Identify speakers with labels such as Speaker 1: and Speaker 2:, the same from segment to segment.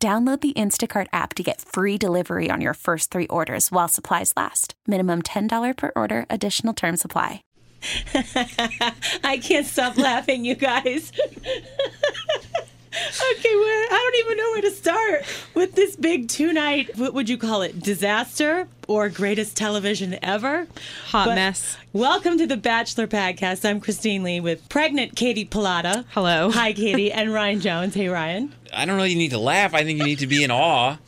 Speaker 1: Download the Instacart app to get free delivery on your first three orders while supplies last. Minimum $10 per order, additional term supply.
Speaker 2: I can't stop laughing, you guys. okay, well, I don't even know where to start with this big two night, what would you call it, disaster or greatest television ever?
Speaker 3: Hot
Speaker 2: But
Speaker 3: mess.
Speaker 2: Welcome to the Bachelor Podcast. I'm Christine Lee with pregnant Katie Pilata.
Speaker 3: Hello.
Speaker 2: Hi, Katie, and Ryan Jones. Hey, Ryan.
Speaker 4: I don't really need to laugh. I think you need to be in awe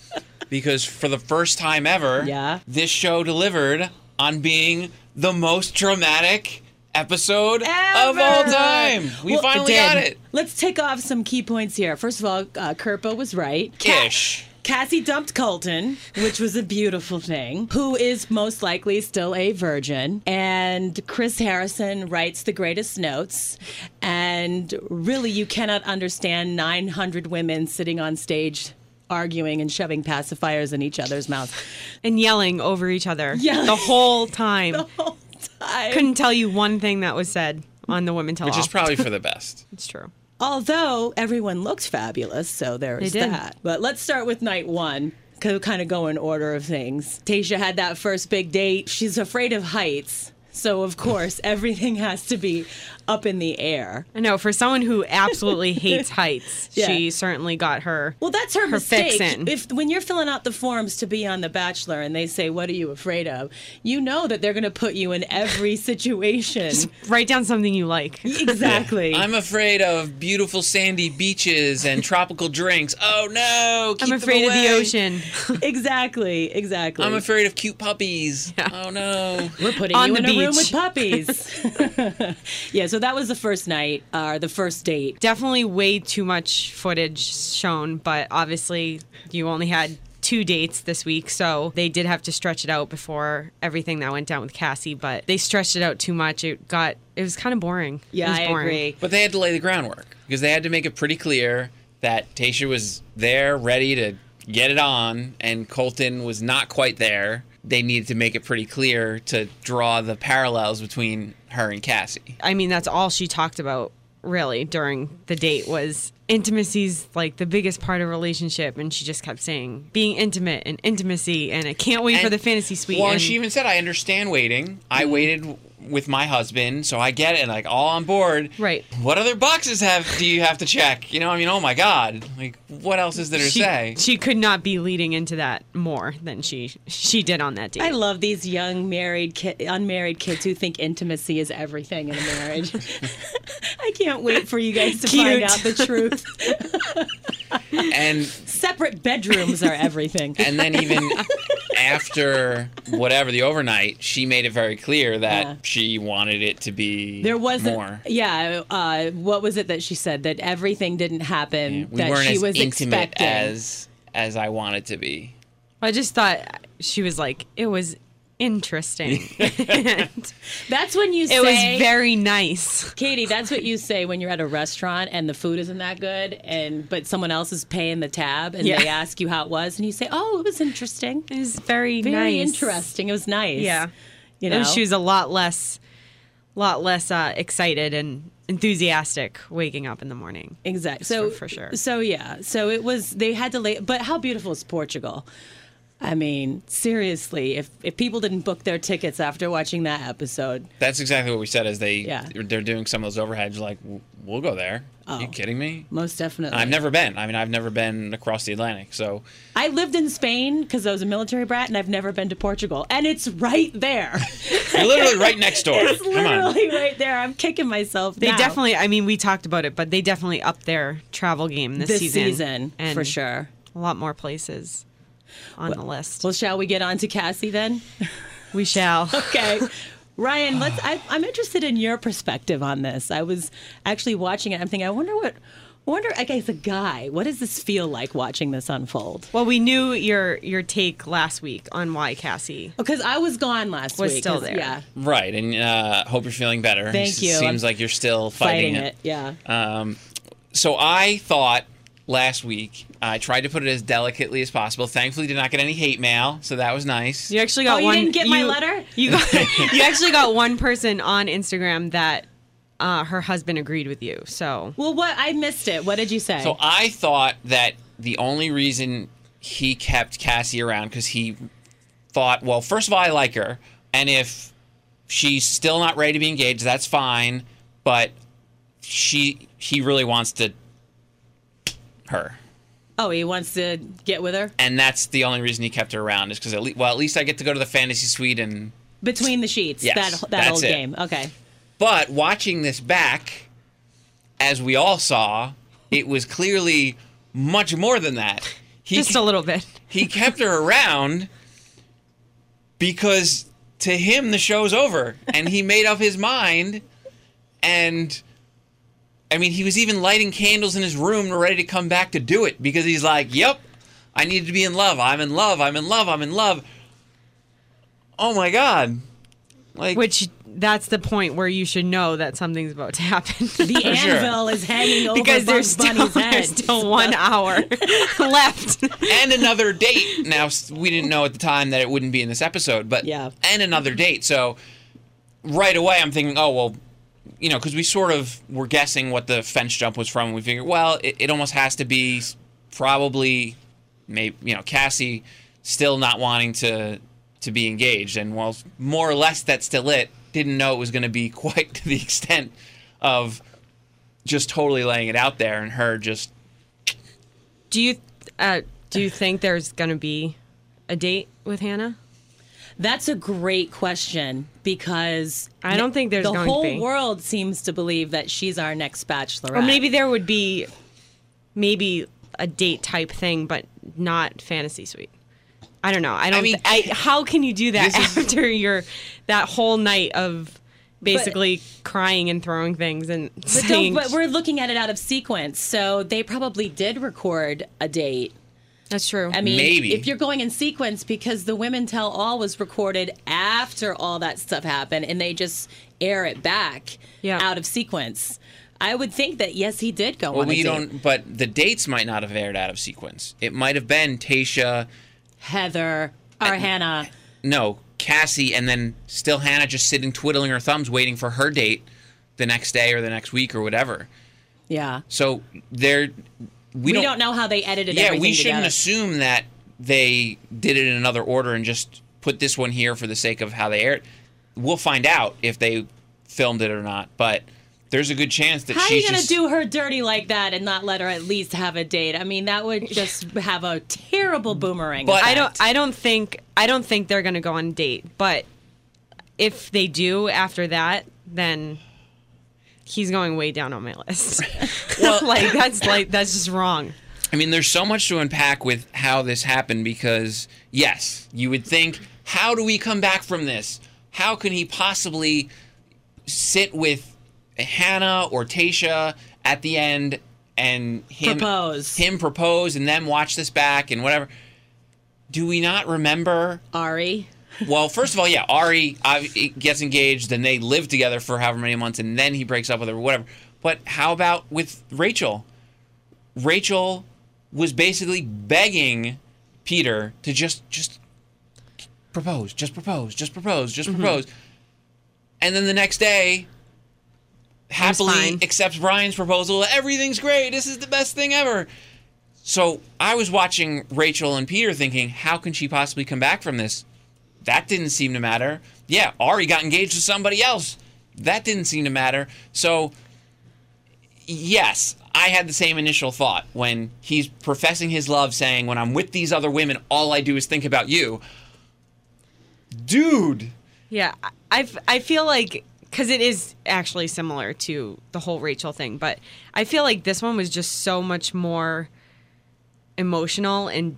Speaker 4: because for the first time ever,
Speaker 2: Yeah.
Speaker 4: this show delivered on being the most dramatic episode of all
Speaker 2: Ever.
Speaker 4: time. We
Speaker 2: Well,
Speaker 4: finally
Speaker 2: Dan,
Speaker 4: got it.
Speaker 2: Let's tick off some key points here. First of all, uh, Kerpa was right.
Speaker 4: Kish.
Speaker 2: Cassie dumped Colton, which was a beautiful thing, who is most likely still a virgin. And Chris Harrison writes the greatest notes. And really, you cannot understand 900 women sitting on stage arguing and shoving pacifiers in each other's mouths
Speaker 3: And yelling over each other
Speaker 2: Yeah.
Speaker 3: the whole time.
Speaker 2: the whole time.
Speaker 3: Couldn't tell you one thing that was said on the women tell
Speaker 4: Which
Speaker 3: all.
Speaker 4: is probably for the best.
Speaker 3: it's true.
Speaker 2: Although everyone looked fabulous, so there's
Speaker 3: They did.
Speaker 2: that. But let's start with night one. Kind of go in order of things. Tasha had that first big date. She's afraid of heights. So, of course, everything has to be up in the air.
Speaker 3: I know for someone who absolutely hates heights,
Speaker 2: Yeah.
Speaker 3: she certainly got her.
Speaker 2: Well, that's her,
Speaker 3: Her
Speaker 2: mistake.
Speaker 3: fix in.
Speaker 2: If when you're filling out the forms to be on The Bachelor and they say, What are you afraid of? You know that they're going to put you in every situation.
Speaker 3: write down something you like.
Speaker 2: exactly.
Speaker 4: I'm afraid of beautiful sandy beaches and tropical drinks. Oh no! keep
Speaker 3: I'm
Speaker 4: them
Speaker 3: afraid of the
Speaker 4: away.
Speaker 3: ocean.
Speaker 2: exactly. Exactly.
Speaker 4: I'm afraid of cute puppies. Oh no!
Speaker 2: We're putting
Speaker 3: On
Speaker 2: you
Speaker 3: the
Speaker 2: in a room with
Speaker 3: beach.
Speaker 2: puppies. yeah, so that was the first night, or the first date.
Speaker 3: Definitely way too much footage shown, but obviously you only had two dates this week, so they did have to stretch it out before everything that went down with Cassie, but they stretched it out too much. It got it was kind of boring. it
Speaker 2: Yeah,
Speaker 3: was
Speaker 2: I
Speaker 3: boring.
Speaker 2: agree.
Speaker 4: But they had to lay the groundwork because they had to make it pretty clear that Tasha was there, ready to get it on, and Colton was not quite there. They needed to make it pretty clear to draw the parallels between her and Cassie.
Speaker 3: I mean, that's all she talked about really during the date was intimacy's like the biggest part of a relationship and she just kept saying being intimate and intimacy and I can't wait for
Speaker 4: And-
Speaker 3: the fantasy suite.
Speaker 4: Well, and,
Speaker 3: and- Mm-hmm.
Speaker 4: she even said, "I understand waiting. I waited w- with my husband, so I get it. Like all on board.
Speaker 3: Right.
Speaker 4: What other boxes have do you have to check? You know, I mean, oh my God. Like, what else is there to say?
Speaker 3: she, she could not be leading into that more than she she did on that date.
Speaker 2: I love these young married, ki- unmarried kids who think intimacy is everything in a marriage. I can't wait for you guys to find
Speaker 3: Cute.
Speaker 2: out the truth.
Speaker 4: and
Speaker 2: Separate bedrooms are everything.
Speaker 4: and then even after whatever the overnight, she made it very clear that
Speaker 2: Yeah.
Speaker 4: she wanted it to be
Speaker 2: There wasn't,
Speaker 4: more.
Speaker 2: yeah. Uh, what was it that she said? That everything didn't happen
Speaker 4: We
Speaker 2: that
Speaker 4: weren't
Speaker 2: she
Speaker 4: as
Speaker 2: was
Speaker 4: intimate
Speaker 2: expecting.
Speaker 4: as as I wanted to be.
Speaker 3: I just thought she was like it was interesting. And
Speaker 2: That's when you
Speaker 3: it
Speaker 2: say
Speaker 3: was very nice.
Speaker 2: Katie, that's what you say when you're at a restaurant and the food isn't that good, and but someone else is paying the tab and
Speaker 3: Yeah.
Speaker 2: they ask you how it was, and you say, "Oh, it was interesting,
Speaker 3: It was very,
Speaker 2: very
Speaker 3: nice.
Speaker 2: interesting. It was nice."
Speaker 3: Yeah.
Speaker 2: you know,
Speaker 3: She was a lot less lot less uh, excited and enthusiastic waking up in the morning.
Speaker 2: exactly. So
Speaker 3: So for sure.
Speaker 2: So yeah, so it was. They had to lay, but how beautiful is Portugal? I mean, seriously, if if people didn't book their tickets after watching that episode,
Speaker 4: That's exactly what we said as they
Speaker 2: Yeah.
Speaker 4: they're doing some of those overheads. Like "W- we'll go there.
Speaker 2: Oh.
Speaker 4: you kidding me?
Speaker 2: most definitely,
Speaker 4: I've never been. I mean, I've never been across the Atlantic. So
Speaker 2: I lived in Spain because I was a military brat, and I've never been to Portugal, and it's right there.
Speaker 4: you're literally right next door.
Speaker 2: It's
Speaker 4: Come on.
Speaker 2: literally right there. I'm kicking myself.
Speaker 3: They
Speaker 2: now.
Speaker 3: definitely I mean we talked about it, but they definitely upped their travel game this,
Speaker 2: this
Speaker 3: season.
Speaker 2: season,
Speaker 3: and
Speaker 2: for sure.
Speaker 3: A lot more places on the list.
Speaker 2: Well, shall we get on to Cassie then?
Speaker 3: We shall.
Speaker 2: Okay. Ryan, let's. I, I'm interested in your perspective on this. I was actually watching it. I'm thinking, I wonder what wonder, I guess, a guy, what does this feel like watching this unfold?
Speaker 3: Well, we knew your your take last week on why Cassie.
Speaker 2: Because I was gone last
Speaker 3: Was
Speaker 2: week.
Speaker 3: still
Speaker 2: 'cause-
Speaker 3: there.
Speaker 2: Yeah.
Speaker 4: Right, and uh, hope you're feeling better.
Speaker 2: Thank
Speaker 4: It
Speaker 2: you.
Speaker 4: Seems
Speaker 2: I'm
Speaker 4: like you're still
Speaker 2: Fighting,
Speaker 4: fighting,
Speaker 2: it. Yeah.
Speaker 4: Um, so I thought last week I tried to put it as delicately as possible. Thankfully, did not get any hate mail, so that was nice.
Speaker 3: You actually got
Speaker 2: Oh, you
Speaker 3: one.
Speaker 2: didn't get my letter?
Speaker 3: You got, you actually got one person on Instagram that uh, her husband agreed with you. So
Speaker 2: well, what? I missed it. What did you say?
Speaker 4: So I thought that the only reason he kept Cassie around because he thought, well, first of all, I like her, and if she's still not ready to be engaged, that's fine. But she, he really wants to her.
Speaker 2: oh, he wants to get with her?
Speaker 4: and that's the only reason he kept her around is because at least well at least I get to go to the fantasy suite and
Speaker 2: Between the sheets.
Speaker 4: Yes,
Speaker 2: that that
Speaker 4: that's
Speaker 2: old
Speaker 4: it.
Speaker 2: game. Okay.
Speaker 4: but watching this back as we all saw it was clearly much more than that he
Speaker 3: just a little bit.
Speaker 4: he kept her around because to him the show's over and he made up his mind and I mean he was even lighting candles in his room ready to come back to do it because he's like yep I need to be in love I'm in love I'm in love I'm in love oh my god like
Speaker 3: Which that's the point where you should know that something's about to happen.
Speaker 2: The
Speaker 4: For sure.
Speaker 2: anvil is hanging over
Speaker 3: because there's
Speaker 2: Bugs
Speaker 3: still,
Speaker 2: Bunny's head.
Speaker 3: there's still one hour left.
Speaker 4: and another date. Now s- we didn't know at the time that it wouldn't be in this episode, but
Speaker 2: Yeah.
Speaker 4: and another date. So right away, I'm thinking, oh well, you know, because we sort of were guessing what the fence jump was from. We figured, well, it, it almost has to be s- probably, maybe you know, Cassie still not wanting to to be engaged, and well, more or less that's still it. Didn't know it was going to be quite to the extent of just totally laying it out there and her just
Speaker 3: do you uh, do you think there's gonna be a date with Hannah?
Speaker 2: That's a great question because
Speaker 3: I don't think there's
Speaker 2: the
Speaker 3: going
Speaker 2: whole
Speaker 3: to be.
Speaker 2: world seems to believe that she's our next bachelorette.
Speaker 3: Or maybe there would be maybe a date type thing, but not fantasy suite. I don't know. I don't. I
Speaker 4: mean,
Speaker 3: how can you do that
Speaker 4: this is-
Speaker 3: after your that whole night of basically crying and throwing things and
Speaker 2: But,
Speaker 3: saying-
Speaker 2: don't, but we're looking at it out of sequence, so they probably did record a date.
Speaker 3: that's true.
Speaker 2: I mean,
Speaker 4: Maybe.
Speaker 2: if you're going in sequence, because the Women Tell All was recorded after all that stuff happened, and they just air it back
Speaker 3: Yeah.
Speaker 2: out of sequence. I would think that yes, he did go
Speaker 4: Well,
Speaker 2: on a
Speaker 4: we
Speaker 2: date.
Speaker 4: don't. But the dates might not have aired out of sequence. It might have been Tasha,
Speaker 2: Heather or Hannah.
Speaker 4: no Cassie, and then still Hannah just sitting twiddling her thumbs, waiting for her date the next day or the next week or whatever.
Speaker 2: Yeah,
Speaker 4: So there,
Speaker 2: we
Speaker 4: we,
Speaker 2: don't, know how they edited.
Speaker 4: Yeah,
Speaker 2: everything
Speaker 4: we shouldn't
Speaker 2: together.
Speaker 4: assume that they did it in another order and just put this one here for the sake of how they aired. We'll find out if they filmed it or not, but. There's a good chance that
Speaker 2: How are
Speaker 4: she's
Speaker 2: you going to
Speaker 4: just-
Speaker 2: do her dirty like that and not let her at least have a date? I mean, that would just have a terrible boomerang.
Speaker 4: But-
Speaker 2: effect.
Speaker 3: I don't. I don't think. I don't think they're going to go on a date. But if they do after that, then he's going way down on my list. like that's like that's just wrong.
Speaker 4: I mean, there's so much to unpack with how this happened because, yes, you would think, how do we come back from this? How can he possibly sit with Hannah or Tasha at the end and him
Speaker 2: Propose.
Speaker 4: him propose and then watch this back and whatever? Do we not remember
Speaker 2: Ari.
Speaker 4: well, first of all, yeah, Ari uh, gets engaged, then they live together for however many months, and then he breaks up with her, whatever. But how about with Rachel? Rachel was basically begging Peter to just just propose, just propose, just propose, just propose. And then the next day, happily
Speaker 3: fine.
Speaker 4: accepts Brian's proposal. Everything's great. This is the best thing ever. So I was watching Rachel and Peter thinking, how can she possibly come back from this? That didn't seem to matter. Yeah, Ari got engaged to somebody else. That didn't seem to matter. So, yes, I had the same initial thought when he's professing his love, saying, When I'm with these other women, all I do is think about you. Dude.
Speaker 3: Yeah, I- I've, I feel like because it is actually similar to the whole Rachel thing, but I feel like this one was just so much more emotional and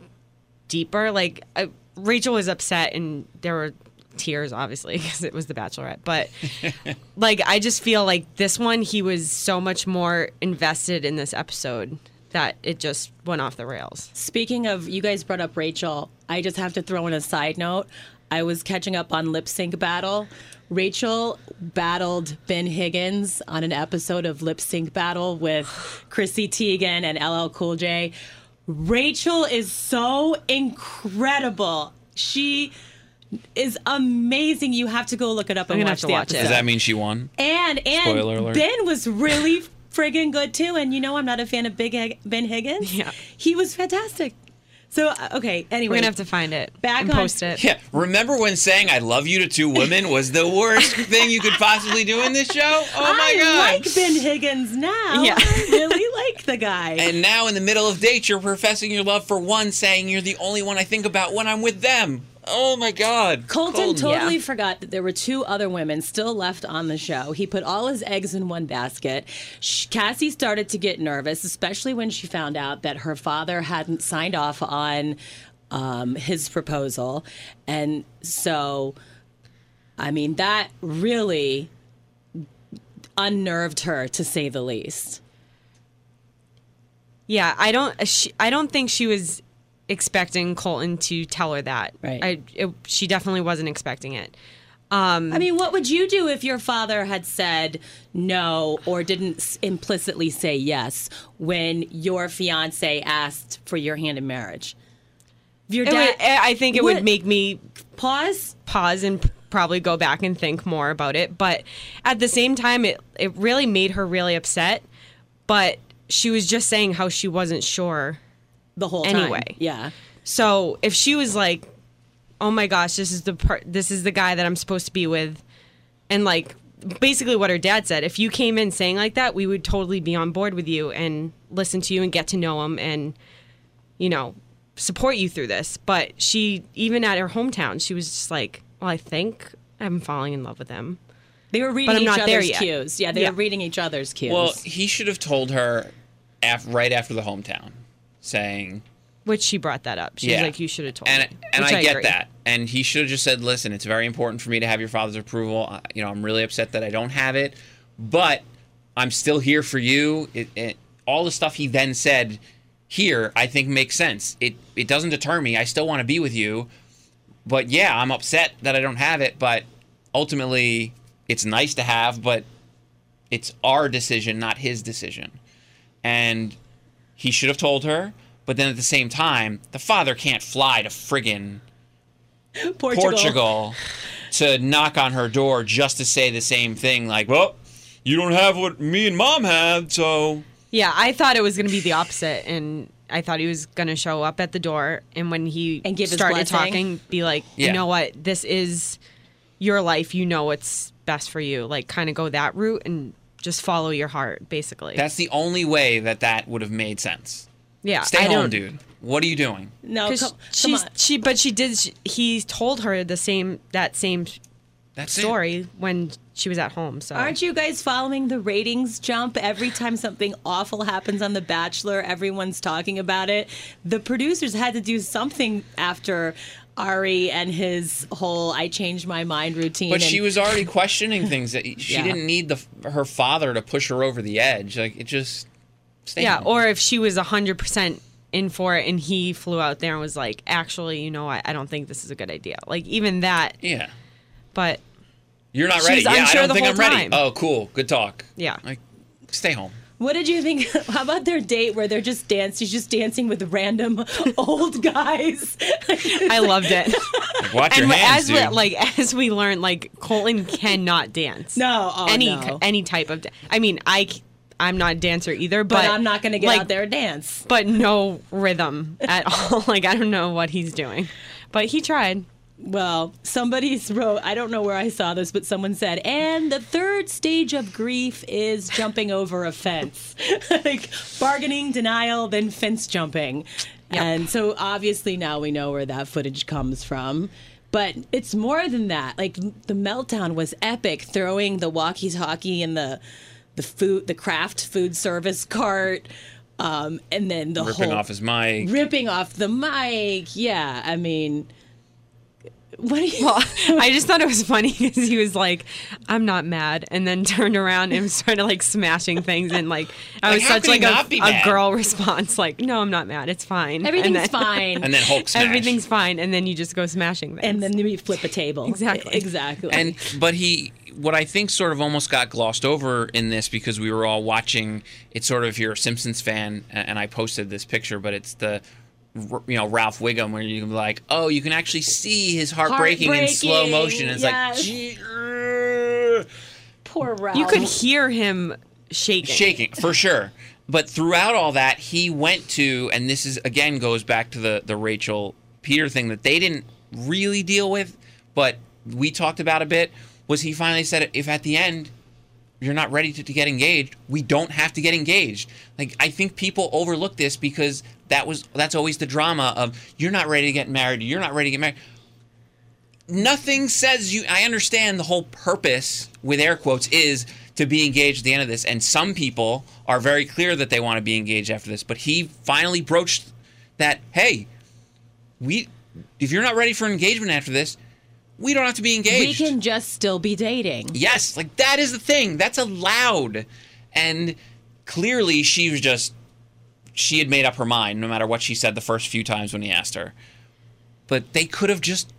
Speaker 3: deeper. Like I, Rachel was upset, and there were tears, obviously, because it was The Bachelorette. But like, I just feel like this one, he was so much more invested in this episode that it just went off the rails.
Speaker 2: Speaking of, you guys brought up Rachel. I just have to throw in a side note. I was catching up on Lip Sync Battle. Rachel battled Ben Higgins on an episode of Lip Sync Battle with Chrissy Teigen and LL Cool J. Rachel is so incredible. She is amazing. You have to go look it up and
Speaker 3: gonna
Speaker 2: watch
Speaker 3: have to
Speaker 2: the
Speaker 3: watch it.
Speaker 2: episode.
Speaker 4: Does that mean she won?
Speaker 2: And and
Speaker 4: Spoiler alert.
Speaker 2: Ben was really friggin' good too. And you know, I'm not a fan of Big Hig- Ben Higgins.
Speaker 3: Yeah.
Speaker 2: he was fantastic. So uh, okay, anyway,
Speaker 3: We're gonna have to find it
Speaker 2: Back
Speaker 3: and
Speaker 2: on-
Speaker 3: post it.
Speaker 4: Yeah. Remember when saying "I love you" to two women was the worst thing you could possibly do in this show? Oh my
Speaker 2: I
Speaker 4: god!
Speaker 2: like Ben Higgins now.
Speaker 3: Yeah.
Speaker 2: I really like the guy.
Speaker 4: and now in the middle of dates, you're professing your love for one, saying you're the only one I think about when I'm with them. Oh my god!
Speaker 2: Colton totally
Speaker 3: yeah.
Speaker 2: forgot that there were two other women still left on the show. He put all his eggs in one basket. Sh Cassie started to get nervous, especially when she found out that her father hadn't signed off on um, his proposal. And so, I mean, that really unnerved her, to say the least.
Speaker 3: Yeah, I don't. uh, She, I don't think she was expecting Colton to tell her that.
Speaker 2: Right.
Speaker 3: I, it, she definitely wasn't expecting it.
Speaker 2: I mean, what would you do if your father had said no or didn't s- implicitly say yes when your fiance asked for your hand in marriage? If your
Speaker 3: It
Speaker 2: dad
Speaker 3: would- I think it
Speaker 2: What-
Speaker 3: would make me
Speaker 2: pause.
Speaker 3: pause and probably go back and think more about it. But at the same time, it it really made her really upset. But she was just saying how she wasn't sure.
Speaker 2: The whole time.
Speaker 3: Anyway.
Speaker 2: yeah,
Speaker 3: So if she was like, "Oh my gosh, this is the part. This is the guy that I'm supposed to be with," and like basically what her dad said, if you came in saying like that, we would totally be on board with you and listen to you and get to know him and you know support you through this. But she even at her hometown, she was just like, "Well, I think I'm falling in love with him."
Speaker 2: they were reading
Speaker 3: I'm
Speaker 2: each
Speaker 3: not there
Speaker 2: other's
Speaker 3: yet.
Speaker 2: cues. Yeah, they
Speaker 3: Yeah.
Speaker 2: were reading each other's cues.
Speaker 4: Well, he should have told her af- right after the hometown, saying,
Speaker 3: Which she brought that up. She was like, "You should have told
Speaker 4: and,
Speaker 3: me."
Speaker 4: And
Speaker 3: Which
Speaker 4: I, get
Speaker 3: agree.
Speaker 4: that. And he should have just said, "Listen, it's very important for me to have your father's approval. I- You know, I'm really upset that I don't have it, but I'm still here for you." It, it, all the stuff he then said here, I think makes sense. It it doesn't deter me. I still want to be with you, but yeah, I'm upset that I don't have it. But ultimately, it's nice to have, but it's our decision, not his decision. And he should have told her, but then at the same time, the father can't fly to friggin'
Speaker 2: Portugal.
Speaker 4: Portugal to knock on her door just to say the same thing, like, well, you don't have what me and mom had, so.
Speaker 3: Yeah, I thought it was going to be the opposite, and I thought he was going to show up at the door, and when he
Speaker 2: And give his
Speaker 3: started
Speaker 2: blessing.
Speaker 3: talking, be like,
Speaker 4: Yeah.
Speaker 3: you know what, this is your life. You know what's best for you. Like, kind of go that route and just follow your heart, basically.
Speaker 4: That's the only way that that would have made sense.
Speaker 3: yeah,
Speaker 4: Stay
Speaker 3: I
Speaker 4: home,
Speaker 3: don't,
Speaker 4: dude. What are you doing?
Speaker 2: No, Oh, come,
Speaker 3: 'cause
Speaker 2: come
Speaker 3: she's
Speaker 2: on.
Speaker 3: she, but she did. She, he told her the same that same
Speaker 4: That's it.
Speaker 3: story when she was at home. So
Speaker 2: Aren't you guys following the ratings jump? Every time something awful happens on The Bachelor, everyone's talking about it. The producers had to do something after Ari and his whole I changed my mind routine.
Speaker 4: But
Speaker 2: and-
Speaker 4: she was already questioning things that she
Speaker 2: Yeah.
Speaker 4: didn't need the her father to push her over the edge. Like it just. Stay
Speaker 3: Yeah,
Speaker 4: home.
Speaker 3: or if she was 100% in for it and he flew out there and was like, actually, you know, I, I don't think this is a good idea. Like, even that,
Speaker 4: yeah.
Speaker 3: but
Speaker 4: You're not
Speaker 3: She
Speaker 4: ready.
Speaker 3: was
Speaker 4: Yeah, I
Speaker 3: unsure
Speaker 4: don't
Speaker 3: the
Speaker 4: think
Speaker 3: whole
Speaker 4: I'm ready.
Speaker 3: time.
Speaker 4: Oh, cool. Good talk.
Speaker 3: Yeah.
Speaker 4: Like, stay home.
Speaker 2: What did you think? How about their date where they're just dancing? She's just dancing with random old guys.
Speaker 3: I loved it.
Speaker 4: Like, watch
Speaker 3: and
Speaker 4: your hands,
Speaker 3: as we,
Speaker 4: dude.
Speaker 3: like as we learned, like Colton cannot dance.
Speaker 2: No, oh,
Speaker 3: any
Speaker 2: no.
Speaker 3: any type of. Da- I mean, I c- I'm not a dancer either, but,
Speaker 2: but I'm not going to get
Speaker 3: like,
Speaker 2: out there and dance.
Speaker 3: But no rhythm at all. like I don't know what he's doing, but he tried.
Speaker 2: Well, somebody wrote, I don't know where I saw this, but someone said, and the third stage of grief is jumping over a fence. like bargaining, denial, then fence jumping. And so obviously now we know where that footage comes from. But it's more than that. Like the meltdown was epic, throwing the walkie talkie in the the food the craft food service cart. Um, and then the
Speaker 4: ripping
Speaker 2: whole
Speaker 4: off his mic.
Speaker 2: ripping off the mic. Yeah, I mean, What do you?
Speaker 3: Well, I just thought it was funny because he was like, "I'm not mad," and then turned around and started like smashing things and like I
Speaker 4: Like,
Speaker 3: was
Speaker 4: how
Speaker 3: such
Speaker 4: could he
Speaker 3: like a,
Speaker 4: not be
Speaker 3: a
Speaker 4: mad?
Speaker 3: girl response, like, "No, I'm not mad. It's fine.
Speaker 5: Everything's
Speaker 3: and then,
Speaker 5: fine.
Speaker 4: and then Hulk smash.
Speaker 3: Everything's fine." And then you just go smashing things.
Speaker 2: and then we flip a table. E-,
Speaker 3: Exactly.
Speaker 2: Exactly.
Speaker 4: and but he what I think sort of almost got glossed over in this because we were all watching. It's sort of if you're a Simpsons fan, a- and I posted this picture, but it's the r- you know Ralph Wiggum where you can be like, oh, you can actually see his heart breaking in slow
Speaker 2: Heartbreaking,
Speaker 4: motion. And it's
Speaker 2: yes.
Speaker 4: like gee, uh,
Speaker 2: poor Ralph.
Speaker 3: you
Speaker 4: Oh.
Speaker 3: could hear him shaking.
Speaker 4: shaking for sure. But throughout all that, he went to, and this is again goes back to the the Rachel Peter thing that they didn't really deal with, but we talked about a bit. Was he finally said, if at the end you're not ready to, to get engaged, we don't have to get engaged. Like I think people overlook this because that was that's always the drama of you're not ready to get married, you're not ready to get married. Nothing says you I understand the whole purpose with air quotes is to be engaged at the end of this and some people are very clear that they want to be engaged after this, but he finally broached that hey, we if you're not ready for engagement after this, we don't have to be
Speaker 2: we
Speaker 4: engaged.
Speaker 2: can just still be dating.
Speaker 4: Yes, like that is the thing. That's allowed. And clearly she was just she had made up her mind no matter what she said the first few times when he asked her. But they could have just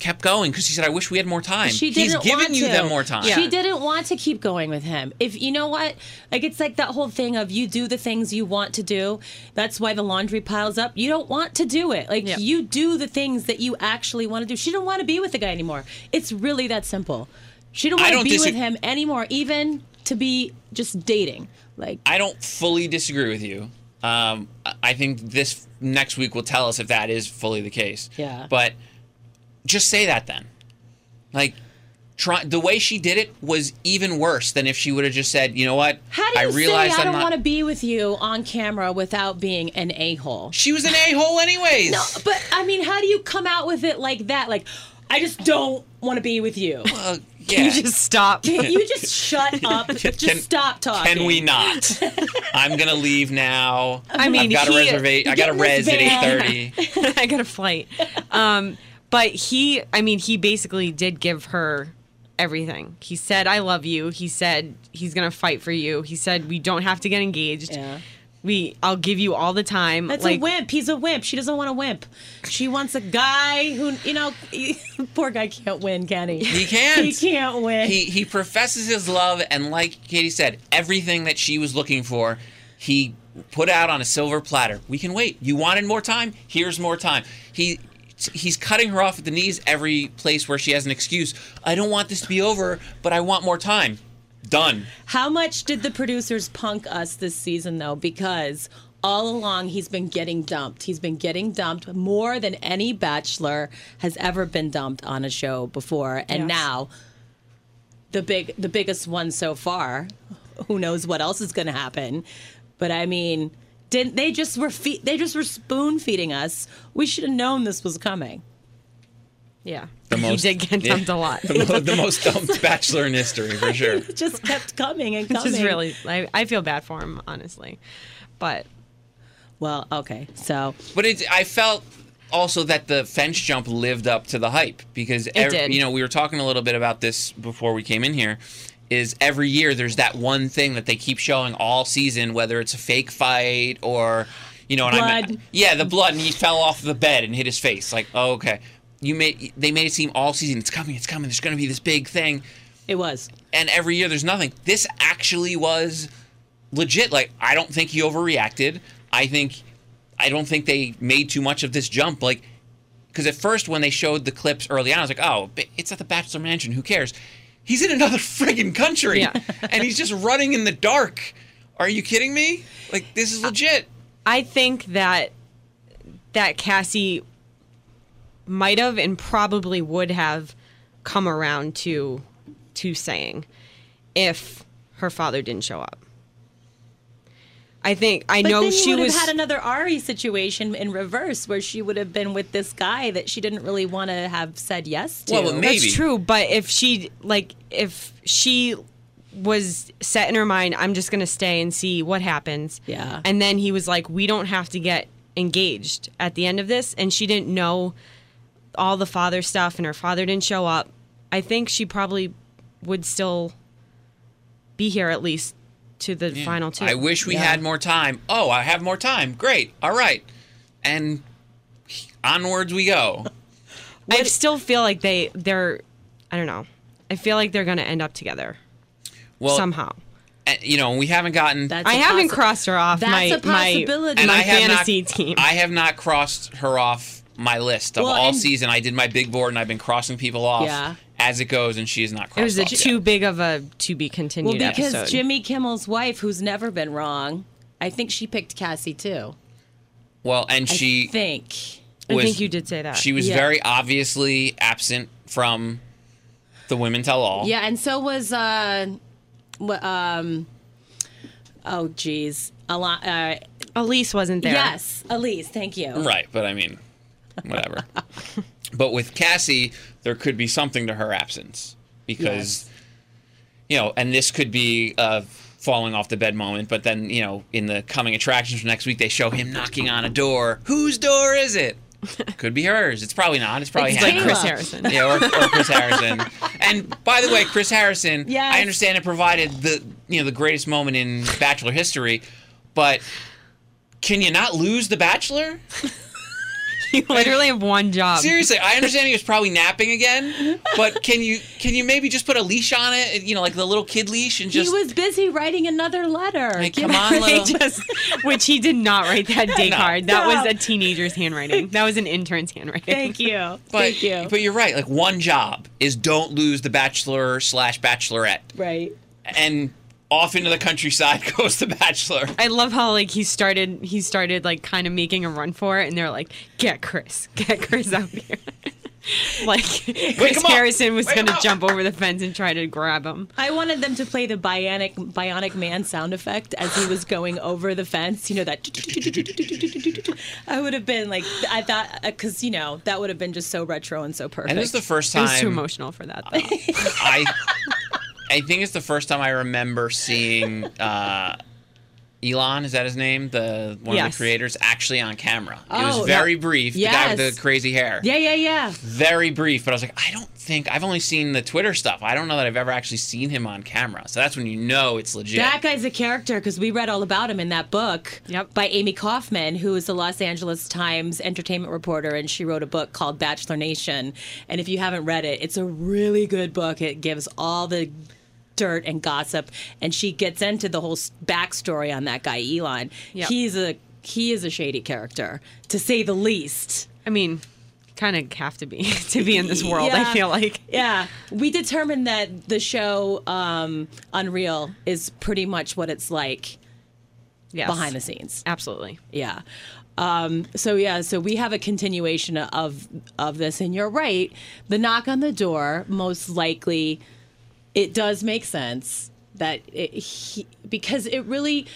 Speaker 4: kept going because she said, I wish we had more time.
Speaker 2: She
Speaker 4: He's
Speaker 2: didn't
Speaker 4: giving
Speaker 2: want
Speaker 4: you
Speaker 2: to.
Speaker 4: them more time.
Speaker 2: She didn't want to keep going with him. If you know what, like it's like that whole thing of you do the things you want to do. That's why the laundry piles up. You don't want to do it. Like
Speaker 3: Yeah.
Speaker 2: you do the things that you actually want to do. She didn't want to be with the guy anymore. It's really that simple. She didn't
Speaker 4: I
Speaker 2: want to
Speaker 4: don't
Speaker 2: be
Speaker 4: disagree-
Speaker 2: with him anymore, even to be just dating. Like
Speaker 4: I don't fully disagree with you. Um, I- I think this next week will tell us if that is fully the case.
Speaker 2: Yeah.
Speaker 4: But just say that then. Like, try, the way she did it was even worse than if she would have just said, you know what?
Speaker 2: how do you
Speaker 4: I realized
Speaker 2: say I
Speaker 4: I'm
Speaker 2: don't
Speaker 4: not.
Speaker 2: want to be with you on camera without being an a hole?
Speaker 4: She was an a hole, anyways.
Speaker 2: No, but I mean, how do you come out with it like that? Like, I just don't want to be with you.
Speaker 4: Uh,
Speaker 3: You
Speaker 4: yeah.
Speaker 3: just stop.
Speaker 2: Can you just shut up? Just
Speaker 4: Can-
Speaker 2: stop talking.
Speaker 4: Can we not? I'm gonna leave now.
Speaker 3: I mean,
Speaker 4: I've got
Speaker 3: he-
Speaker 4: a reservation. I
Speaker 2: get
Speaker 4: got a
Speaker 2: in this
Speaker 4: res at
Speaker 2: van.
Speaker 4: 8:30.
Speaker 3: I got a flight. Um, but he, I mean, he basically did give her everything. He said, "I love you." He said he's gonna fight for you. He said we don't have to get engaged.
Speaker 2: Yeah.
Speaker 3: We, I'll give you all the time.
Speaker 2: That's
Speaker 3: like,
Speaker 2: a wimp. He's a wimp. She doesn't want a wimp. She wants a guy who, you know, poor guy can't win, can he?
Speaker 4: He can't.
Speaker 2: He can't win.
Speaker 4: He he professes his love, and like Katie said, everything that she was looking for, he put out on a silver platter. We can wait. You wanted more time. Here's more time. He. He's cutting her off at the knees every place where she has an excuse. I don't want this to be over, but I want more time. Done.
Speaker 2: How much did the producers punk us this season, though? Because all along he's been getting dumped. He's been getting dumped more than any bachelor has ever been dumped on a show before, and
Speaker 3: Yes.
Speaker 2: now the big, the biggest one so far. Who knows what else is going to happen? But I mean, didn't they just were fe- they just were spoon feeding us? We should have known this was coming.
Speaker 3: yeah,
Speaker 4: The most-
Speaker 3: he did get
Speaker 4: yeah.
Speaker 3: dumped a lot.
Speaker 4: The, mo- the most dumped bachelor in history, for sure.
Speaker 2: It just kept coming and coming.
Speaker 3: Which is really, I, I feel bad for him, honestly. But
Speaker 2: well. Okay, so
Speaker 4: But it, I felt also that the fence jump lived up to the hype because ev-
Speaker 3: did.
Speaker 4: you know we were talking a little bit about this before we came in here. Is every year there's that one thing that they keep showing all season, whether it's a fake fight or you know, and
Speaker 2: Blood.
Speaker 4: I'm yeah, the blood and he fell off the bed and hit his face. Like, oh, okay, you made they made it seem all season it's coming, it's coming. There's going to be this big thing
Speaker 2: it was.
Speaker 4: and every year there's nothing. This actually was legit. Like I don't think he overreacted. I think I don't think they made too much of this jump. Like because at first when they showed the clips early on, I was like, oh, but it's at the Bachelor Mansion. Who cares? He's in another friggin' country,
Speaker 3: Yeah.
Speaker 4: and he's just running in the dark. Are you kidding me? Like this
Speaker 3: Uh,
Speaker 4: is legit.
Speaker 3: I think that that Cassie might have and probably would have come around to to saying if her father didn't show up. I think I
Speaker 2: But
Speaker 3: know
Speaker 2: then you
Speaker 3: she
Speaker 2: would
Speaker 3: was
Speaker 2: have had another Ari situation in reverse, where she would have been with this guy that she didn't really want to have said yes to.
Speaker 4: Well, but maybe-
Speaker 3: That's true, but if she like if she was set in her mind, I'm just gonna stay and see what happens.
Speaker 2: Yeah.
Speaker 3: And then he was like, We don't have to get engaged at the end of this and she didn't know all the father stuff and her father didn't show up, I think she probably would still be here at least to the final two.
Speaker 4: I wish we
Speaker 2: Yeah.
Speaker 4: had more time. Oh, I have more time. Great. All right. And onwards we go.
Speaker 3: I still feel like they they're I don't know. I feel like they're going to end up together
Speaker 4: Well,
Speaker 3: somehow.
Speaker 4: eh, you know, we haven't gotten
Speaker 2: That's
Speaker 3: I
Speaker 2: a
Speaker 3: haven't
Speaker 2: possi-
Speaker 3: crossed her off
Speaker 2: That's
Speaker 3: my
Speaker 2: a
Speaker 3: my-
Speaker 2: possibility.
Speaker 3: my,
Speaker 2: And
Speaker 4: I have
Speaker 3: fantasy
Speaker 4: not,
Speaker 3: team.
Speaker 4: I have not crossed her off my list of
Speaker 2: Well,
Speaker 4: all
Speaker 2: and-
Speaker 4: season. I did my big board and I've been crossing people off
Speaker 2: Yeah.
Speaker 4: as it goes, and she is not crossed
Speaker 3: it was a
Speaker 4: off yet.
Speaker 3: too big of a to be continued
Speaker 2: Well, because
Speaker 3: episode.
Speaker 2: Jimmy Kimmel's wife, who's never been wrong, I think she picked Cassie too.
Speaker 4: Well, and she
Speaker 2: I think.
Speaker 3: I
Speaker 4: was
Speaker 3: think you did say that.
Speaker 4: she was
Speaker 2: Yeah.
Speaker 4: very obviously absent from the women tell all.
Speaker 2: Yeah, and so was uh, wh- um, oh geez, Ala- uh,
Speaker 3: Elise wasn't there.
Speaker 2: yes, Elise, thank you.
Speaker 4: Right, but I mean, whatever. but with Cassie, there could be something to her absence because, you know, and this could be a falling off the bed moment. But then, you know, in the coming attractions for next week, they show him knocking on a door. Whose door is it? Could be hers. It's probably not. It's probably
Speaker 3: It's like
Speaker 4: Hannah's.
Speaker 3: Chris Harrison.
Speaker 4: Yeah, or, or Chris Harrison. And by the way, Chris Harrison,
Speaker 2: Yes.
Speaker 4: I understand it provided the you know the greatest moment in Bachelor history, but can you not lose the Bachelor?
Speaker 3: you literally have one job.
Speaker 4: Seriously, I understand he was probably napping again, but can you can you maybe just put a leash on it? You know, like the little kid leash, and just
Speaker 2: he was busy writing another letter.
Speaker 4: Hey,
Speaker 2: Give
Speaker 4: come
Speaker 2: it-
Speaker 4: on,
Speaker 3: They
Speaker 4: little.
Speaker 3: just, which he did not write that day
Speaker 4: No.
Speaker 3: card. That
Speaker 2: No.
Speaker 3: was a teenager's handwriting. That was an intern's handwriting.
Speaker 2: Thank you.
Speaker 4: But,
Speaker 2: thank you.
Speaker 4: But you're right. Like one job is don't lose the Bachelor slash Bachelorette,
Speaker 2: right.
Speaker 4: and off into the countryside goes the Bachelor.
Speaker 3: I love how like he started. He started like kind of making a run for it, and they're like, "Get Chris, get Chris out here." like Chris
Speaker 4: him up.
Speaker 3: Harrison was
Speaker 4: Wake him
Speaker 3: going to
Speaker 4: up.
Speaker 3: jump over the fence and try to grab him.
Speaker 2: I wanted them to play the bionic bionic man sound effect as he was going over the fence. You know that. I would have been like, I thought, because you know that would have been just so retro and so perfect.
Speaker 4: And this is the first
Speaker 3: It was too
Speaker 4: time
Speaker 3: emotional for that. Though.
Speaker 4: I I think it's the first time I remember seeing uh, Elon. Is that his name? The one of
Speaker 3: Yes.
Speaker 4: the creators actually on camera. it
Speaker 2: Oh,
Speaker 4: was very
Speaker 2: that-
Speaker 4: brief. The guy with
Speaker 2: Yes.
Speaker 4: the crazy hair.
Speaker 2: yeah, yeah, yeah.
Speaker 4: Very brief. But I was like, I don't think I've only seen the Twitter stuff. I don't know that I've ever actually seen him on camera. So that's when you know it's legit.
Speaker 2: That guy's a character because we read all about him in that book
Speaker 3: Yep.
Speaker 2: by Amy Kaufman, who is the Los Angeles Times entertainment reporter, and she wrote a book called Bachelor Nation. And if you haven't read it, it's a really good book. It gives all the dirt and gossip, and she gets into the whole s- backstory on that guy Elon.
Speaker 3: Yep.
Speaker 2: He's a he is a shady character, to say the least.
Speaker 3: I mean, kind of have to be to be in this world.
Speaker 2: Yeah.
Speaker 3: I feel like.
Speaker 2: Yeah, we determined that the show um, Unreal is pretty much what it's like
Speaker 3: Yes.
Speaker 2: behind the scenes.
Speaker 3: Absolutely.
Speaker 2: Yeah. Um, so yeah, so we have a continuation of of this, and you're right. The knock on the door, most likely, it does make sense that it, he, because it really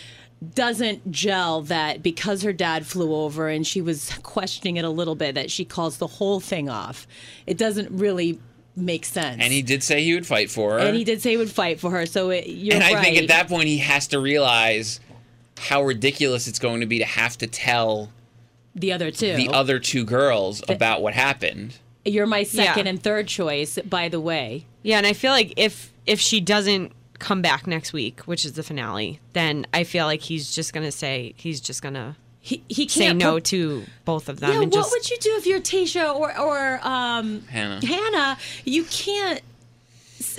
Speaker 2: doesn't gel that because her dad flew over and she was questioning it a little bit that she calls the whole thing off. It doesn't really make sense.
Speaker 4: And he did say he would fight for her.
Speaker 2: and he did say he would fight for her. So it, you're
Speaker 4: And I
Speaker 2: right.
Speaker 4: think at that point he has to realize how ridiculous it's going to be to have to tell
Speaker 2: the other two,
Speaker 4: the other two girls about what happened.
Speaker 2: you're my second
Speaker 3: Yeah.
Speaker 2: and third choice. By the way,
Speaker 3: Yeah, and I feel like if if she doesn't come back next week, which is the finale, then I feel like he's just gonna say he's just gonna
Speaker 2: he, he can't
Speaker 3: say no
Speaker 2: put-
Speaker 3: to both of them
Speaker 4: Um,
Speaker 2: Yeah,
Speaker 3: and
Speaker 2: what
Speaker 3: just
Speaker 2: would you do if you're Tasha or or um,
Speaker 4: Hannah.
Speaker 2: Hannah, you can't.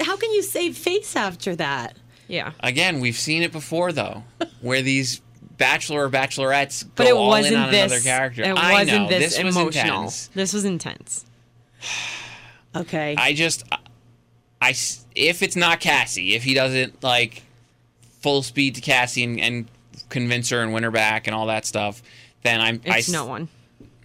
Speaker 2: How can you save face after that?
Speaker 3: yeah.
Speaker 4: Again, we've seen it before though, where these bachelor or bachelorettes go
Speaker 3: But it
Speaker 4: all
Speaker 3: wasn't
Speaker 4: in on
Speaker 3: this.
Speaker 4: another character.
Speaker 3: It
Speaker 4: I
Speaker 3: wasn't
Speaker 4: know
Speaker 3: this,
Speaker 4: was
Speaker 3: emotional.
Speaker 4: intense.
Speaker 3: this was intense.
Speaker 2: Okay.
Speaker 4: I just, I s- if it's not Cassie, if he doesn't like full speed to Cassie and, and convince her and win her back and all that stuff, then I'm. I
Speaker 3: It's
Speaker 4: s-
Speaker 3: no one.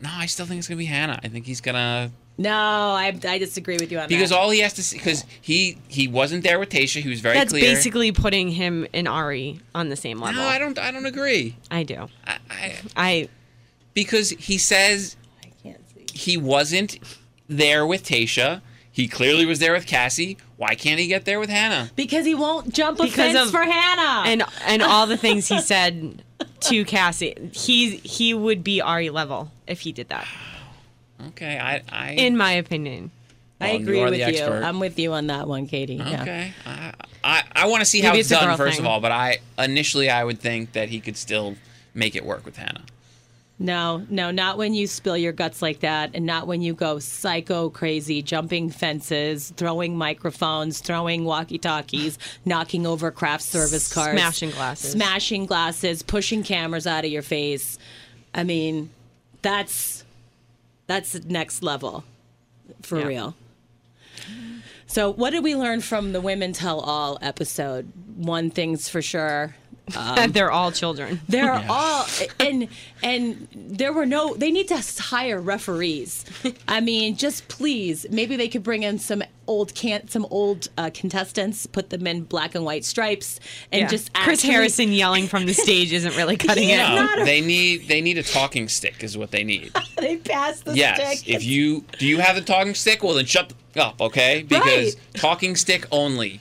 Speaker 4: No, I still think it's gonna be Hannah. I think he's gonna
Speaker 2: no, I, I disagree with you on
Speaker 4: because
Speaker 2: that.
Speaker 4: all he has to see because he he wasn't there with Tasha. He was very
Speaker 3: That's
Speaker 4: clear.
Speaker 3: basically putting him and Ari on the same level.
Speaker 4: no, I don't. I don't agree.
Speaker 3: I do.
Speaker 4: I, I
Speaker 3: I
Speaker 4: because he says
Speaker 2: I can't see.
Speaker 4: he wasn't there with Tasha. He clearly was there with Cassie. Why can't he get there with Hannah?
Speaker 2: Because he won't jump a
Speaker 3: Because
Speaker 2: fence
Speaker 3: of-
Speaker 2: for Hannah.
Speaker 3: and and all the things he said to Cassie, he he would be Ari level if he did that.
Speaker 4: Okay, I, I
Speaker 3: in my opinion.
Speaker 2: I
Speaker 4: Well, Oh, you
Speaker 2: agree
Speaker 4: are
Speaker 2: with
Speaker 4: the
Speaker 2: you.
Speaker 4: expert.
Speaker 2: I'm with you on that one, Katie. Yeah.
Speaker 4: Okay, I I, I want to see how
Speaker 3: Maybe
Speaker 4: it's,
Speaker 3: it's a
Speaker 4: done
Speaker 3: girl
Speaker 4: first
Speaker 3: thing.
Speaker 4: of all, but I initially I would think that he could still make it work with Hannah.
Speaker 2: No, no, not when you spill your guts like that, and not when you go psycho crazy, jumping fences, throwing microphones, throwing walkie talkies, knocking over craft service cards,
Speaker 3: Smashing glasses.
Speaker 2: smashing glasses, pushing cameras out of your face. I mean, that's that's next level, for
Speaker 3: Yeah.
Speaker 2: real. So, what did we learn from the Women Tell All episode? One thing's for sure.
Speaker 3: They're all children.
Speaker 2: They're all and and there were no. They need to hire referees. I mean, just please, maybe they could bring in some old can some old uh, contestants, put them in black and white stripes, and
Speaker 3: Yeah.
Speaker 2: just
Speaker 3: Chris
Speaker 2: actually-
Speaker 3: Harrison yelling from the stage isn't really cutting
Speaker 2: Yeah.
Speaker 3: it.
Speaker 2: not a-
Speaker 4: they need they need a talking stick is what they need.
Speaker 2: They pass the
Speaker 4: Yes,
Speaker 2: stick.
Speaker 4: if you do you have a talking stick, well then shut up, okay? Because
Speaker 2: Right.
Speaker 4: talking stick only,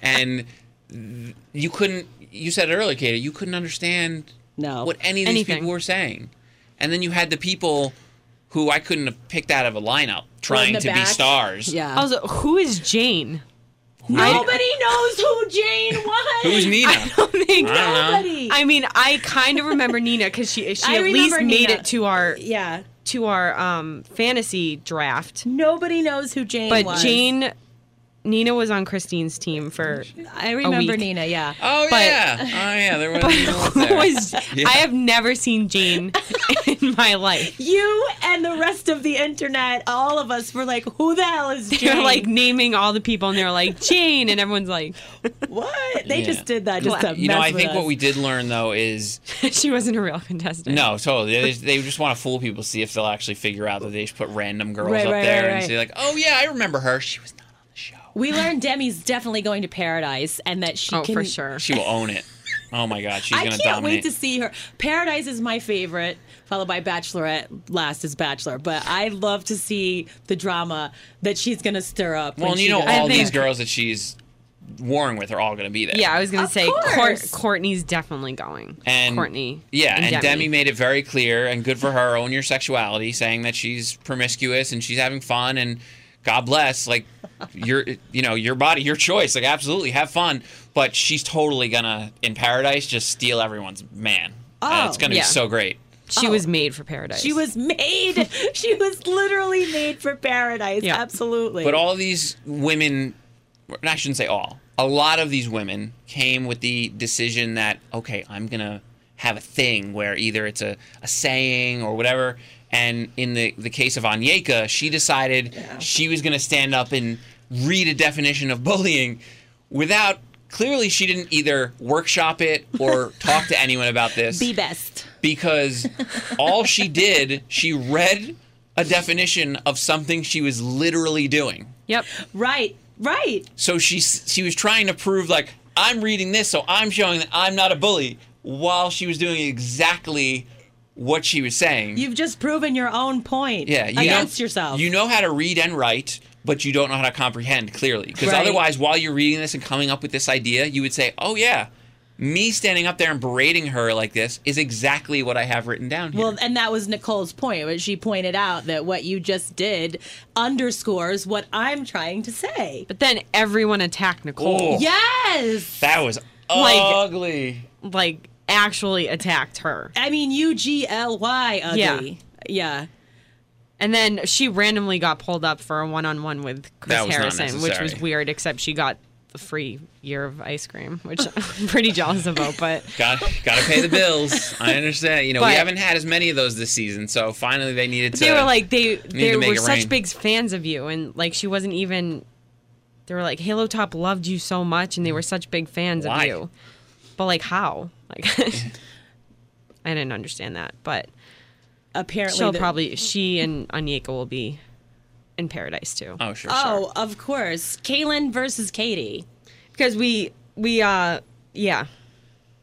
Speaker 4: and th- you couldn't. You said it earlier, Katie. You couldn't understand
Speaker 2: No.
Speaker 4: what any of these
Speaker 3: Anything.
Speaker 4: people were saying, and then you had the people who I couldn't have picked out of a lineup
Speaker 2: in
Speaker 4: trying
Speaker 2: the
Speaker 4: to be
Speaker 2: back.
Speaker 4: stars.
Speaker 2: yeah.
Speaker 3: Also, who is Jane?
Speaker 2: Nobody knows who Jane was.
Speaker 4: Who's Nina?
Speaker 3: I don't think.
Speaker 4: I don't know.
Speaker 2: Nobody.
Speaker 3: I mean, I kind of remember Nina because she she
Speaker 2: I
Speaker 3: at least
Speaker 2: remember
Speaker 3: made
Speaker 2: Nina.
Speaker 3: it to our
Speaker 2: yeah.
Speaker 3: to our um, fantasy draft.
Speaker 2: Nobody knows who Jane
Speaker 3: But
Speaker 2: was.
Speaker 3: Jane, Nina was on Christine's team for.
Speaker 2: I remember
Speaker 3: week.
Speaker 2: Nina. Yeah.
Speaker 4: Oh
Speaker 3: But-
Speaker 4: yeah. Oh yeah. There was.
Speaker 3: Who
Speaker 4: there.
Speaker 3: was
Speaker 4: Yeah.
Speaker 3: I have never seen Jane in my life.
Speaker 2: You and the rest of the internet, all of us were like, who the hell is Jane?
Speaker 3: They're like naming all the people, and they're like Jane, and everyone's like,
Speaker 2: What? They
Speaker 4: Yeah.
Speaker 2: just did that just to
Speaker 3: Clap.
Speaker 2: mess
Speaker 4: You know, I
Speaker 2: with
Speaker 4: think
Speaker 2: us.
Speaker 4: what we did learn though is
Speaker 3: she wasn't a real contestant.
Speaker 4: No, totally. They, they just want to fool people, see if they'll actually figure out that they just put random girls
Speaker 2: Right,
Speaker 4: up
Speaker 2: right,
Speaker 4: there
Speaker 2: right,
Speaker 4: and
Speaker 2: right.
Speaker 4: say like, "Oh yeah, I remember her. She was not on the show.
Speaker 2: we learned Demi's definitely going to paradise and that she
Speaker 3: oh
Speaker 2: can
Speaker 3: for sure.
Speaker 4: She will own it. Oh my God, she's
Speaker 2: I
Speaker 4: gonna
Speaker 2: can't
Speaker 4: dominate."
Speaker 2: wait to see her. Paradise is my favorite, followed by Bachelorette. Last is Bachelor, but I love to see the drama that she's going to stir up.
Speaker 4: well,
Speaker 2: when
Speaker 4: and you
Speaker 2: she
Speaker 4: know,
Speaker 2: goes-
Speaker 4: all
Speaker 3: I think-
Speaker 4: these girls that she's warring with are all gonna be there.
Speaker 3: Yeah, I was gonna
Speaker 2: Of
Speaker 3: say Court,
Speaker 2: course.
Speaker 3: Courtney's definitely going.
Speaker 4: And
Speaker 3: Courtney.
Speaker 4: Yeah, and, Demi. made it very clear and good for her own your sexuality, saying that she's promiscuous and she's having fun and God bless, like your you know, your body, your choice. Like absolutely have fun. But she's totally gonna in paradise just steal everyone's man. And it's
Speaker 2: Oh,
Speaker 4: gonna
Speaker 3: yeah.
Speaker 4: be so great.
Speaker 3: She was
Speaker 4: Oh.
Speaker 3: made for paradise.
Speaker 2: she was made. she was literally made for paradise.
Speaker 3: Yeah.
Speaker 2: Absolutely.
Speaker 4: But all of these women and I shouldn't say all, a lot of these women came with the decision that, okay, I'm gonna have a thing where either it's a, a saying or whatever. And in the, the case of Anyeka, she decided she was gonna stand up and read a definition of bullying without clearly she didn't either workshop it or talk to anyone about this
Speaker 2: be best.
Speaker 4: because all she did, she read a definition of something she was literally doing.
Speaker 3: Yep.
Speaker 2: Right. Right.
Speaker 4: So she she was trying to prove like I'm reading this, so I'm showing that I'm not a bully, while she was doing exactly what she was saying.
Speaker 2: You've just proven your own point
Speaker 4: yeah, you
Speaker 2: against
Speaker 4: know,
Speaker 2: yourself.
Speaker 4: You know how to read and write, but you don't know how to comprehend clearly. Because
Speaker 2: Right.
Speaker 4: otherwise, while you're reading this and coming up with this idea, you would say, "Oh yeah." Me standing up there and berating her like this is exactly what I have written down here.
Speaker 2: Well, and that was Nicole's point, when she pointed out that what you just did underscores what I'm trying to say.
Speaker 3: But then everyone attacked Nicole.
Speaker 4: Oh.
Speaker 2: Yes.
Speaker 4: that was
Speaker 3: Like-
Speaker 4: ugly.
Speaker 3: Like actually attacked her.
Speaker 2: I mean, U G L Y ugly. Yeah.
Speaker 3: And then she randomly got pulled up for a one on one with Chris
Speaker 4: That was not
Speaker 3: Harrison, which was
Speaker 4: necessary.
Speaker 3: weird, except she got the free year of ice cream, which I'm pretty jealous about. But
Speaker 4: Got gotta pay the bills. I understand. You know, we
Speaker 3: But-
Speaker 4: haven't had as many of those this season, so finally they needed to.
Speaker 3: they were like they
Speaker 4: need
Speaker 3: they
Speaker 4: to make
Speaker 3: were
Speaker 4: it
Speaker 3: such
Speaker 4: rain.
Speaker 3: big fans of you and like she wasn't even they were like Halo Top loved you so much and they were such big fans
Speaker 4: Why?
Speaker 3: of you. But like how? Like I didn't understand that. But
Speaker 2: Apparently.
Speaker 3: she'll
Speaker 2: the-
Speaker 3: probably she and Onyeka will be in paradise too.
Speaker 4: oh sure,
Speaker 2: Oh, of course. Kaylin versus Katie.
Speaker 3: Because we we uh yeah.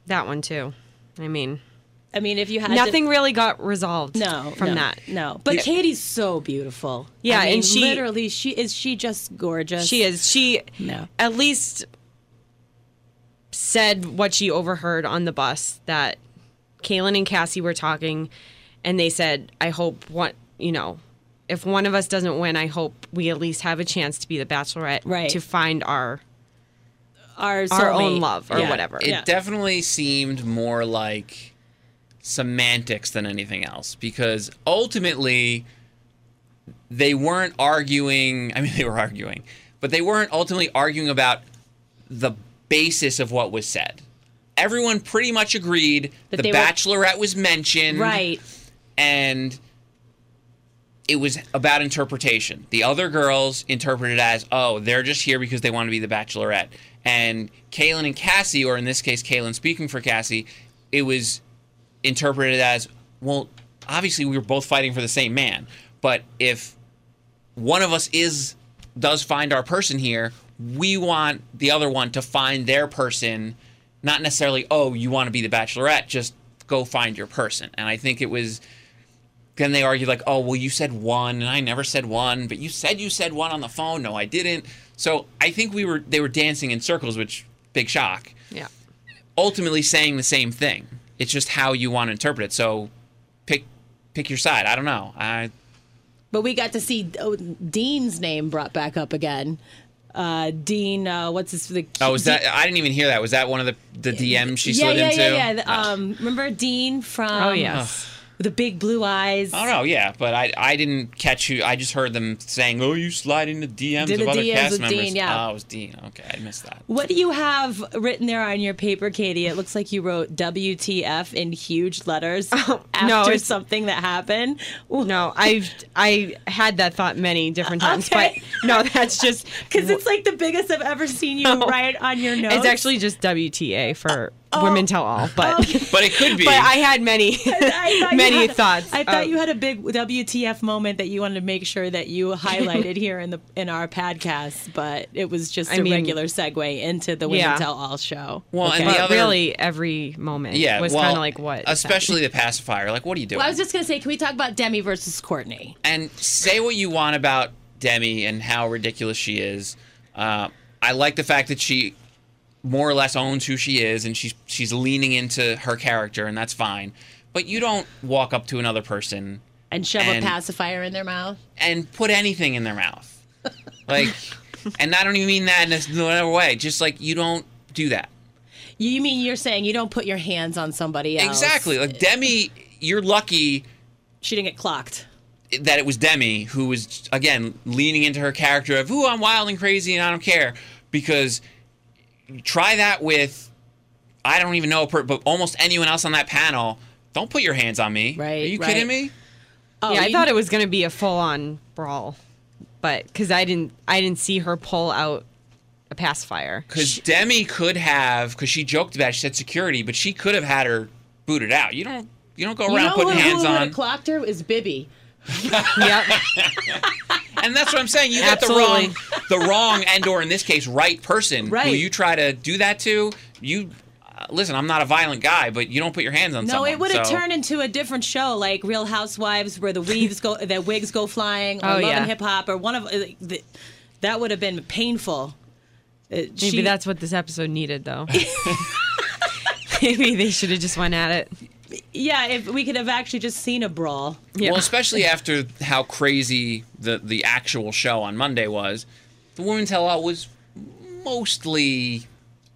Speaker 3: That one too. I mean
Speaker 2: I mean, if you had to-
Speaker 3: nothing really got resolved
Speaker 2: no,
Speaker 3: from
Speaker 2: no,
Speaker 3: that.
Speaker 2: No, but Katie's so beautiful.
Speaker 3: Yeah,
Speaker 2: I mean,
Speaker 3: and she-
Speaker 2: literally she is she just gorgeous.
Speaker 3: She is. She
Speaker 2: No.
Speaker 3: at least said what she overheard on the bus that Kaylin and Cassie were talking, and they said, "I hope what you know, if one of us doesn't win, I hope we at least have a chance to be the bachelorette
Speaker 2: Right.
Speaker 3: to find our
Speaker 2: Our,
Speaker 3: our own
Speaker 2: soulmate.
Speaker 3: love or
Speaker 2: Yeah.
Speaker 3: whatever.
Speaker 4: It
Speaker 2: Yeah.
Speaker 4: definitely seemed more like semantics than anything else because ultimately they weren't arguing. I mean, they were arguing, but they weren't ultimately arguing about the basis of what was said. Everyone pretty much agreed
Speaker 2: That
Speaker 4: the
Speaker 2: they were-
Speaker 4: bachelorette was mentioned.
Speaker 2: Right.
Speaker 4: and it was about interpretation. The other girls interpreted as, oh, they're just here because they want to be the bachelorette. And Kaylin and Cassie, or in this case, Kaylin speaking for Cassie, it was interpreted as, well, obviously we were both fighting for the same man. But if one of us is does find our person here, we want the other one to find their person, not necessarily, oh, you want to be the bachelorette, just go find your person. And I think it was then they argue like, "Oh, well, you said one, and I never said one, but you said you said one on the phone. No, I didn't." So I think we were they were dancing in circles, which big shock.
Speaker 3: yeah.
Speaker 4: Ultimately, saying the same thing. It's just how you want to interpret it. So pick pick your side. I don't know. I
Speaker 2: But we got to see oh, Dean's name brought back up again. Uh, Dean, uh, what's his? The,
Speaker 4: oh was that I didn't even hear that. Was that one of the the DM she
Speaker 2: yeah,
Speaker 4: slid
Speaker 2: yeah,
Speaker 4: into? Ah.
Speaker 2: yeah, yeah, The, Um, remember Dean from?
Speaker 3: Oh yes.
Speaker 2: the big blue eyes.
Speaker 4: I don't know, yeah, but I I didn't catch who. I just heard them saying, "Oh, you slide into DMs
Speaker 2: Did
Speaker 4: of
Speaker 2: the
Speaker 4: other
Speaker 2: DMs
Speaker 4: cast
Speaker 2: with
Speaker 4: members."
Speaker 2: Dean, yeah.
Speaker 4: Oh, it was Dean. Okay, I missed that.
Speaker 2: What do you have written there on your paper, Katie? It looks like you wrote WTF in huge letters after
Speaker 3: no, it's-
Speaker 2: something that happened.
Speaker 3: No, I've I had that thought many different times,
Speaker 2: Okay.
Speaker 3: but no, that's just
Speaker 2: Because it's like the biggest I've ever seen you write on your notes. Oh.
Speaker 3: it's actually just WTA for women tell all, but
Speaker 4: But it could be.
Speaker 3: but I had many
Speaker 2: I thought you
Speaker 3: many
Speaker 2: had a-
Speaker 3: thoughts.
Speaker 2: I thought
Speaker 3: of-
Speaker 2: you had a big WTF moment that you wanted to make sure that you highlighted here in the in our podcast, but it was just a
Speaker 3: I mean-
Speaker 2: regular segue into the Women
Speaker 3: Yeah.
Speaker 2: Tell All show.
Speaker 4: well, and
Speaker 3: but
Speaker 4: the other
Speaker 3: really every moment
Speaker 4: yeah
Speaker 3: was
Speaker 4: well,
Speaker 3: kind of like what is that?
Speaker 4: especially the pacifier. Like, what are you doing?
Speaker 2: I was just gonna say, can we talk about Demi versus Courtney?
Speaker 4: and say what you want about Demi and how ridiculous she is. Uh, I like the fact that she more or less owns who she is, and she's she's leaning into her character, and that's fine. But you don't walk up to another person
Speaker 2: And shove
Speaker 4: And-
Speaker 2: a pacifier in their mouth.
Speaker 4: and put anything in their mouth, like, and I don't even mean that in this- in another way. Just like you don't do that.
Speaker 2: You mean you're saying you don't put your hands on somebody else?
Speaker 4: Exactly. Like Demi, you're lucky
Speaker 2: She didn't get clocked.
Speaker 4: that it was Demi who was again leaning into her character of "Ooh, I'm wild and crazy and I don't care," because try that with I don't even know, a per- but almost anyone else on that panel. Don't put your hands on me.
Speaker 2: Right,
Speaker 4: Are you
Speaker 2: right.
Speaker 4: kidding me?
Speaker 2: Oh,
Speaker 3: yeah, I
Speaker 2: you-
Speaker 3: thought it was gonna be a full on brawl, but because I didn't I didn't see her pull out a pacifier.
Speaker 4: Because Demi could have, because she joked about, it, she said security, but she could have had her booted out. You don't, you don't go
Speaker 2: You
Speaker 4: around
Speaker 2: know who,
Speaker 4: putting hands
Speaker 2: who would've
Speaker 4: on.
Speaker 2: clocked her is Bibby.
Speaker 3: yep.
Speaker 4: and that's what I'm saying. You got the
Speaker 3: Absolutely.
Speaker 4: wrong, the wrong, and or in this case, right person who
Speaker 2: Right.
Speaker 4: you try to do that to. You uh, listen. I'm not a violent guy, but you don't put your hands on
Speaker 2: No,
Speaker 4: someone.
Speaker 2: it would have
Speaker 4: so-
Speaker 2: turned into a different show, like Real Housewives, where the weaves go, the wigs go flying, or
Speaker 3: Oh,
Speaker 2: Love
Speaker 3: yeah.
Speaker 2: and Hip Hop, or one of like, the, that would have been painful. Uh, Maybe
Speaker 3: Maybe that's what this episode needed, though. Maybe they should have just went at it.
Speaker 2: yeah. If we could have actually just seen a brawl,
Speaker 3: Yeah.
Speaker 4: Well, especially after how crazy the the actual show on Monday was, the women's hell out was mostly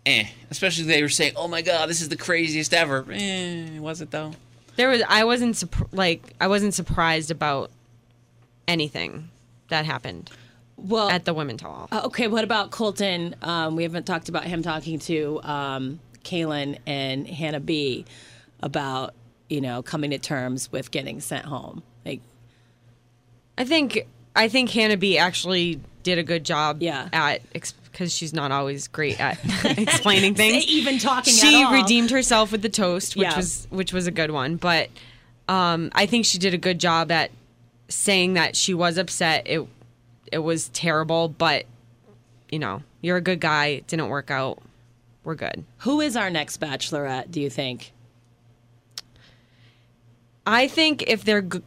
Speaker 4: eh. Especially they were saying, "Oh my God, this is the craziest ever." Eh, was it though?
Speaker 3: there was I wasn't surp- like I wasn't surprised about anything that happened
Speaker 2: well,
Speaker 3: at the women tall.
Speaker 2: Uh, Okay, what about Colton? Um, we haven't talked about him talking to um, Kaylin and Hannah B about you know coming to terms with getting sent home. Like,
Speaker 3: I think I think Hannah B actually did a good job.
Speaker 2: Yeah.
Speaker 3: At because she's not always great at explaining things.
Speaker 2: even talking at
Speaker 3: she
Speaker 2: all.
Speaker 3: redeemed herself with the toast, which
Speaker 2: Yeah.
Speaker 3: was which was a good one. But um, I think she did a good job at saying that she was upset. It it was terrible, but you know, you're a good guy. It didn't work out. We're good.
Speaker 2: who is our next Bachelorette? Do you think?
Speaker 3: I think if they're g-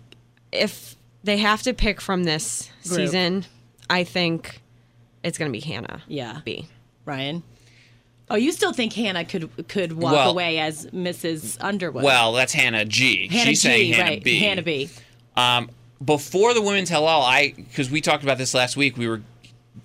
Speaker 3: if they have to pick from this
Speaker 2: Group.
Speaker 3: season, I think it's gonna be Hannah.
Speaker 2: Yeah.
Speaker 3: B.
Speaker 2: Ryan. Oh, you still think Hannah could could walk
Speaker 4: Well-
Speaker 2: away as Mrs. Underwood?
Speaker 4: Well, that's Hannah G.
Speaker 2: Hannah
Speaker 4: She's
Speaker 2: G,
Speaker 4: saying Hannah
Speaker 2: right?
Speaker 4: B.
Speaker 2: Hannah B.
Speaker 4: Um, before the women's halal, I because we talked about this last week, we were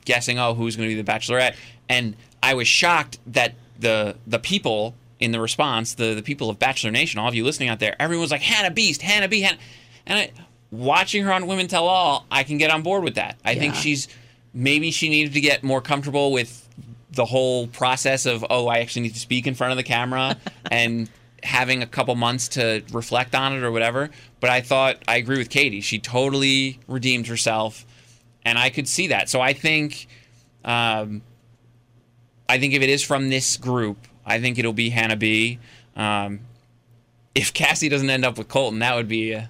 Speaker 4: guessing, oh, who's going to be the Bachelorette, and I was shocked that the the people in the response, the the people of Bachelor Nation, all of you listening out there, everyone's like Hannah Beast, Hannah B, Hannah, and I, watching her on Women Tell All, I can get on board with that. I think
Speaker 2: Yeah.
Speaker 4: she's maybe she needed to get more comfortable with the whole process of oh, I actually need to speak in front of the camera and having a couple months to reflect on it or whatever. But I thought I agree with Katie. She totally redeemed herself, and I could see that. So I think. Um, I think if it is from this group, I think it'll be Hannah B. Um, if Cassie doesn't end up with Colton, that would be. Uh,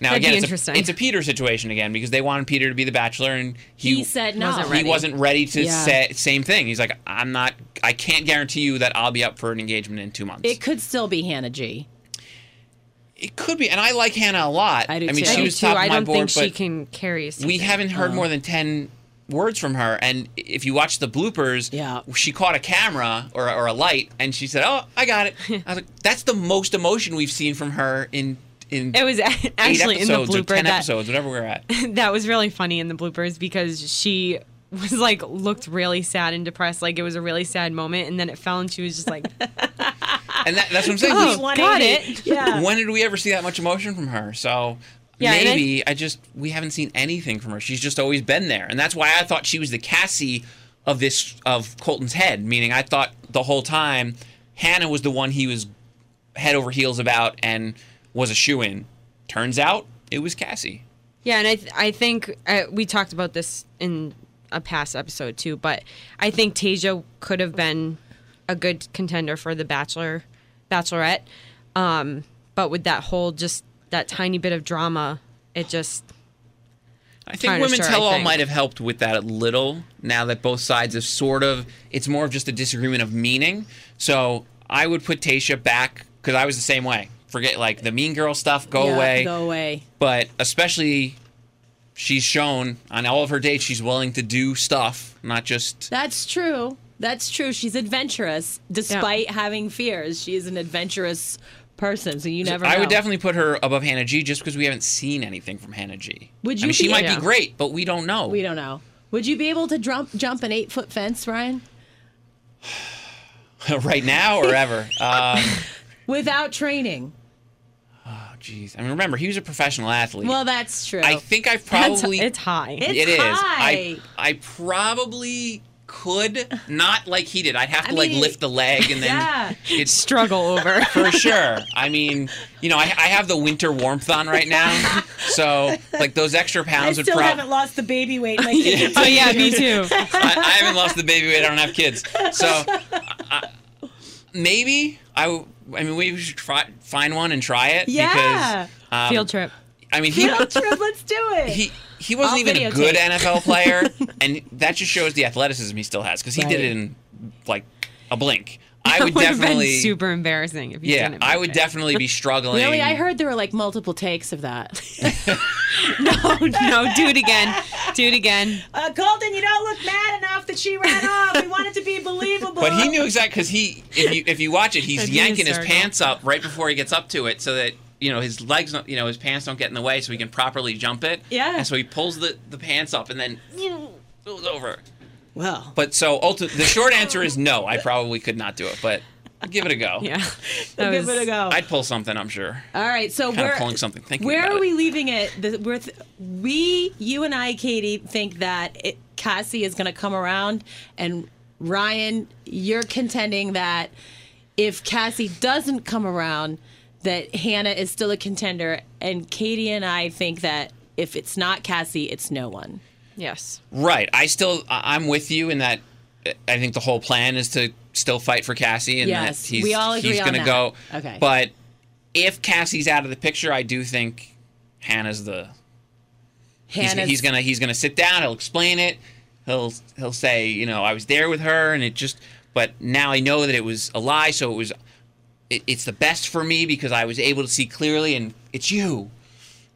Speaker 4: now
Speaker 3: That'd
Speaker 4: again,
Speaker 3: be
Speaker 4: it's,
Speaker 3: interesting.
Speaker 4: A, it's a Peter situation again because they wanted Peter to be the bachelor, and he,
Speaker 2: He said no.
Speaker 3: Wasn't
Speaker 4: he
Speaker 3: ready.
Speaker 4: wasn't ready to
Speaker 2: Yeah.
Speaker 4: say same thing. He's like, I'm not. I can't guarantee you that I'll be up for an engagement in two months.
Speaker 2: It could still be Hannah G.
Speaker 4: It could be, and I like Hannah a lot.
Speaker 2: I do
Speaker 4: mean,
Speaker 2: too.
Speaker 4: she
Speaker 2: I do
Speaker 4: was
Speaker 3: too.
Speaker 4: top of
Speaker 3: I
Speaker 4: my
Speaker 3: don't
Speaker 4: board,
Speaker 3: think
Speaker 4: but
Speaker 3: she can carry us.
Speaker 4: we haven't heard more than 10 words from her and if you watch the bloopers
Speaker 2: Yeah.
Speaker 4: she caught a camera or, or a light and she said oh i got it i was like that's the most emotion we've seen from her in in
Speaker 3: It was a-
Speaker 4: eight
Speaker 3: actually in the
Speaker 4: episodes or
Speaker 3: blooper
Speaker 4: 10
Speaker 3: that
Speaker 4: episodes whatever we're at
Speaker 3: that was really funny in the bloopers because she was like looked really sad and depressed like it was a really sad moment and then it fell and she was just like
Speaker 4: and that, that's what i'm saying
Speaker 3: Oh,
Speaker 4: We-
Speaker 3: got
Speaker 2: 180.
Speaker 3: it.
Speaker 2: Yeah.
Speaker 4: when did we ever see that much emotion from her so
Speaker 3: Yeah, and I-
Speaker 4: maybe I, just we haven't seen anything from her she's just always been there and that's why i thought she was the cassie of this of colton's head meaning i thought the whole time hannah was the one he was head over heels about and was a shoe in turns out it was cassie
Speaker 3: Yeah, and I th- I think uh, we talked about this in a past episode too, but I think Tasia could have been a good contender for the Bachelor, Bachelorette, um, but with that whole just that tiny bit of drama, it just
Speaker 4: I think
Speaker 3: Kinda
Speaker 4: women
Speaker 3: sure, I
Speaker 4: tell all
Speaker 3: think.
Speaker 4: might have helped with that a little. Now that both sides have sort of, it's more of just a disagreement of meaning. So I would put Tasha back because I was the same way. Forget like the mean girl stuff, go
Speaker 2: Yeah,
Speaker 4: away.
Speaker 2: Go away.
Speaker 4: But especially, she's shown on all of her dates she's willing to do stuff, not just.
Speaker 2: That's true. That's true. She's adventurous, despite having fears. She is an adventurous person, so you never.
Speaker 4: I would
Speaker 2: know.
Speaker 4: definitely put her above Hannah G just because we haven't seen anything from Hannah G.
Speaker 2: Would
Speaker 4: I
Speaker 2: you
Speaker 4: mean, she
Speaker 2: be-
Speaker 4: might
Speaker 3: Yeah.
Speaker 4: be great, but we don't know.
Speaker 2: We don't know. Would you be able to jump jump an eight foot fence, Ryan,
Speaker 4: right now or ever. Um,
Speaker 2: without training?
Speaker 4: oh, jeez. I mean, remember he was a professional athlete.
Speaker 2: Well, that's true.
Speaker 4: I think I
Speaker 3: that's-
Speaker 4: probably
Speaker 3: it's high.
Speaker 2: It-
Speaker 4: It is.
Speaker 2: high.
Speaker 4: I I probably could not like he did. I'd have to
Speaker 2: I
Speaker 4: like
Speaker 2: mean-
Speaker 4: lift the leg and then
Speaker 2: Yeah.
Speaker 4: it's
Speaker 3: struggle over.
Speaker 4: for sure. I mean, you know, I, I have the winter warmth on right now, so like those extra
Speaker 2: I
Speaker 4: pounds would
Speaker 2: still
Speaker 4: probably.
Speaker 2: haven't lost the baby weight. My kids
Speaker 3: oh yeah, me
Speaker 4: Um,
Speaker 3: too.
Speaker 4: I, I haven't lost the baby weight. I don't have kids, so I, maybe I. w- I mean, we should try find one and try it.
Speaker 2: Yeah.
Speaker 4: Because, um,
Speaker 3: Field trip.
Speaker 4: I mean, he,
Speaker 2: Field trip, let's do it.
Speaker 4: he he wasn't
Speaker 2: I'll
Speaker 4: even a
Speaker 2: videotape.
Speaker 4: good NFL player, and that just shows the athleticism he still has because he did
Speaker 2: Right.
Speaker 4: it in like a blink. I
Speaker 3: That
Speaker 4: would
Speaker 3: would've been
Speaker 4: definitely,
Speaker 3: super embarrassing if you
Speaker 4: yeah,
Speaker 3: didn't.
Speaker 4: I
Speaker 3: make
Speaker 4: would
Speaker 3: it.
Speaker 4: definitely be struggling.
Speaker 2: really, I heard there were like multiple takes of that.
Speaker 3: Oh, no, no, do it again, do it again.
Speaker 2: Uh, Colton, you don't look mad enough that she ran off. We want it to be believable.
Speaker 4: But he knew exactly because he, if you if you watch it, he's
Speaker 3: That'd be
Speaker 4: yanking his
Speaker 3: hysterical.
Speaker 4: pants up right before he gets up to it, so that you know his legs, don't, you know his pants don't get in the way, so he can properly jump it.
Speaker 2: Yeah.
Speaker 4: And so he pulls the the pants up and then goes over.
Speaker 2: Well,
Speaker 4: But so ulti- the short answer is no. I probably could not do it, but I'd give it a go.
Speaker 3: Yeah,
Speaker 2: we'll
Speaker 3: That
Speaker 2: give
Speaker 3: was-
Speaker 2: it a go.
Speaker 4: I'd pull something. I'm sure.
Speaker 2: All right, so
Speaker 4: kind
Speaker 2: we're
Speaker 4: of pulling something. Thinking
Speaker 2: Where
Speaker 4: about
Speaker 2: are
Speaker 4: it.
Speaker 2: we leaving it? The- We're th- we, you and I, Katie, think that it, Cassie is going to come around, and Ryan, you're contending that if Cassie doesn't come around, that Hannah is still a contender, and Katie and I think that if it's not Cassie, it's no one.
Speaker 3: Yes.
Speaker 4: Right. I still, I- I'm with you in that. I think the whole plan is to still fight for Cassie, and
Speaker 2: Yes,
Speaker 4: that he's
Speaker 2: we all agree
Speaker 4: he's
Speaker 2: on
Speaker 4: going to
Speaker 2: that.
Speaker 4: go.
Speaker 2: Okay.
Speaker 4: But if Cassie's out of the picture, I do think Hannah's the. He's,
Speaker 2: Hannah's-
Speaker 4: he's gonna he's gonna sit down. He'll explain it. He'll he'll say, you know, I was there with her, and it just. But now I know that it was a lie, so it was. It, it's the best for me because I was able to see clearly, and it's you.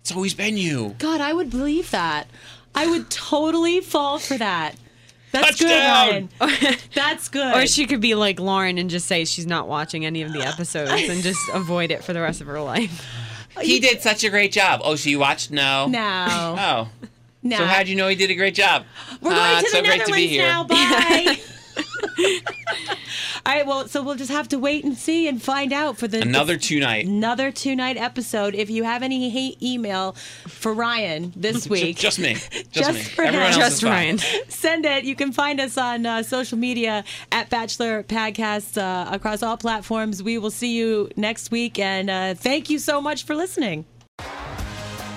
Speaker 4: It's always been you.
Speaker 2: God, I would believe that. I would totally fall for that. That's
Speaker 4: Touchdown!
Speaker 2: good, Ryan. That's good.
Speaker 3: Or she could be like Lauren and just say she's not watching any of the episodes and just avoid it for the rest of her life.
Speaker 4: he did such a great job. Oh, so you watched? No.
Speaker 2: Oh, No.
Speaker 4: Oh.
Speaker 2: No.
Speaker 4: So how'd you know he did a great job?
Speaker 2: We're going
Speaker 4: Ah,
Speaker 2: to the
Speaker 4: it's so great
Speaker 2: Netherlands
Speaker 4: to be here.
Speaker 2: now. Bye. All right. Well, so we'll just have to wait and see and find out for the
Speaker 4: Another two night.
Speaker 2: another two night episode. If you have any hate email for Ryan this week,
Speaker 4: Just me. Just,
Speaker 2: Just
Speaker 4: me.
Speaker 2: for
Speaker 4: Everyone
Speaker 2: now.
Speaker 4: else
Speaker 3: Just
Speaker 4: is fine.
Speaker 3: Ryan.
Speaker 2: send it. You can find us on uh, social media at Bachelor Podcast uh, across all platforms. We will see you next week, and uh, thank you so much for listening.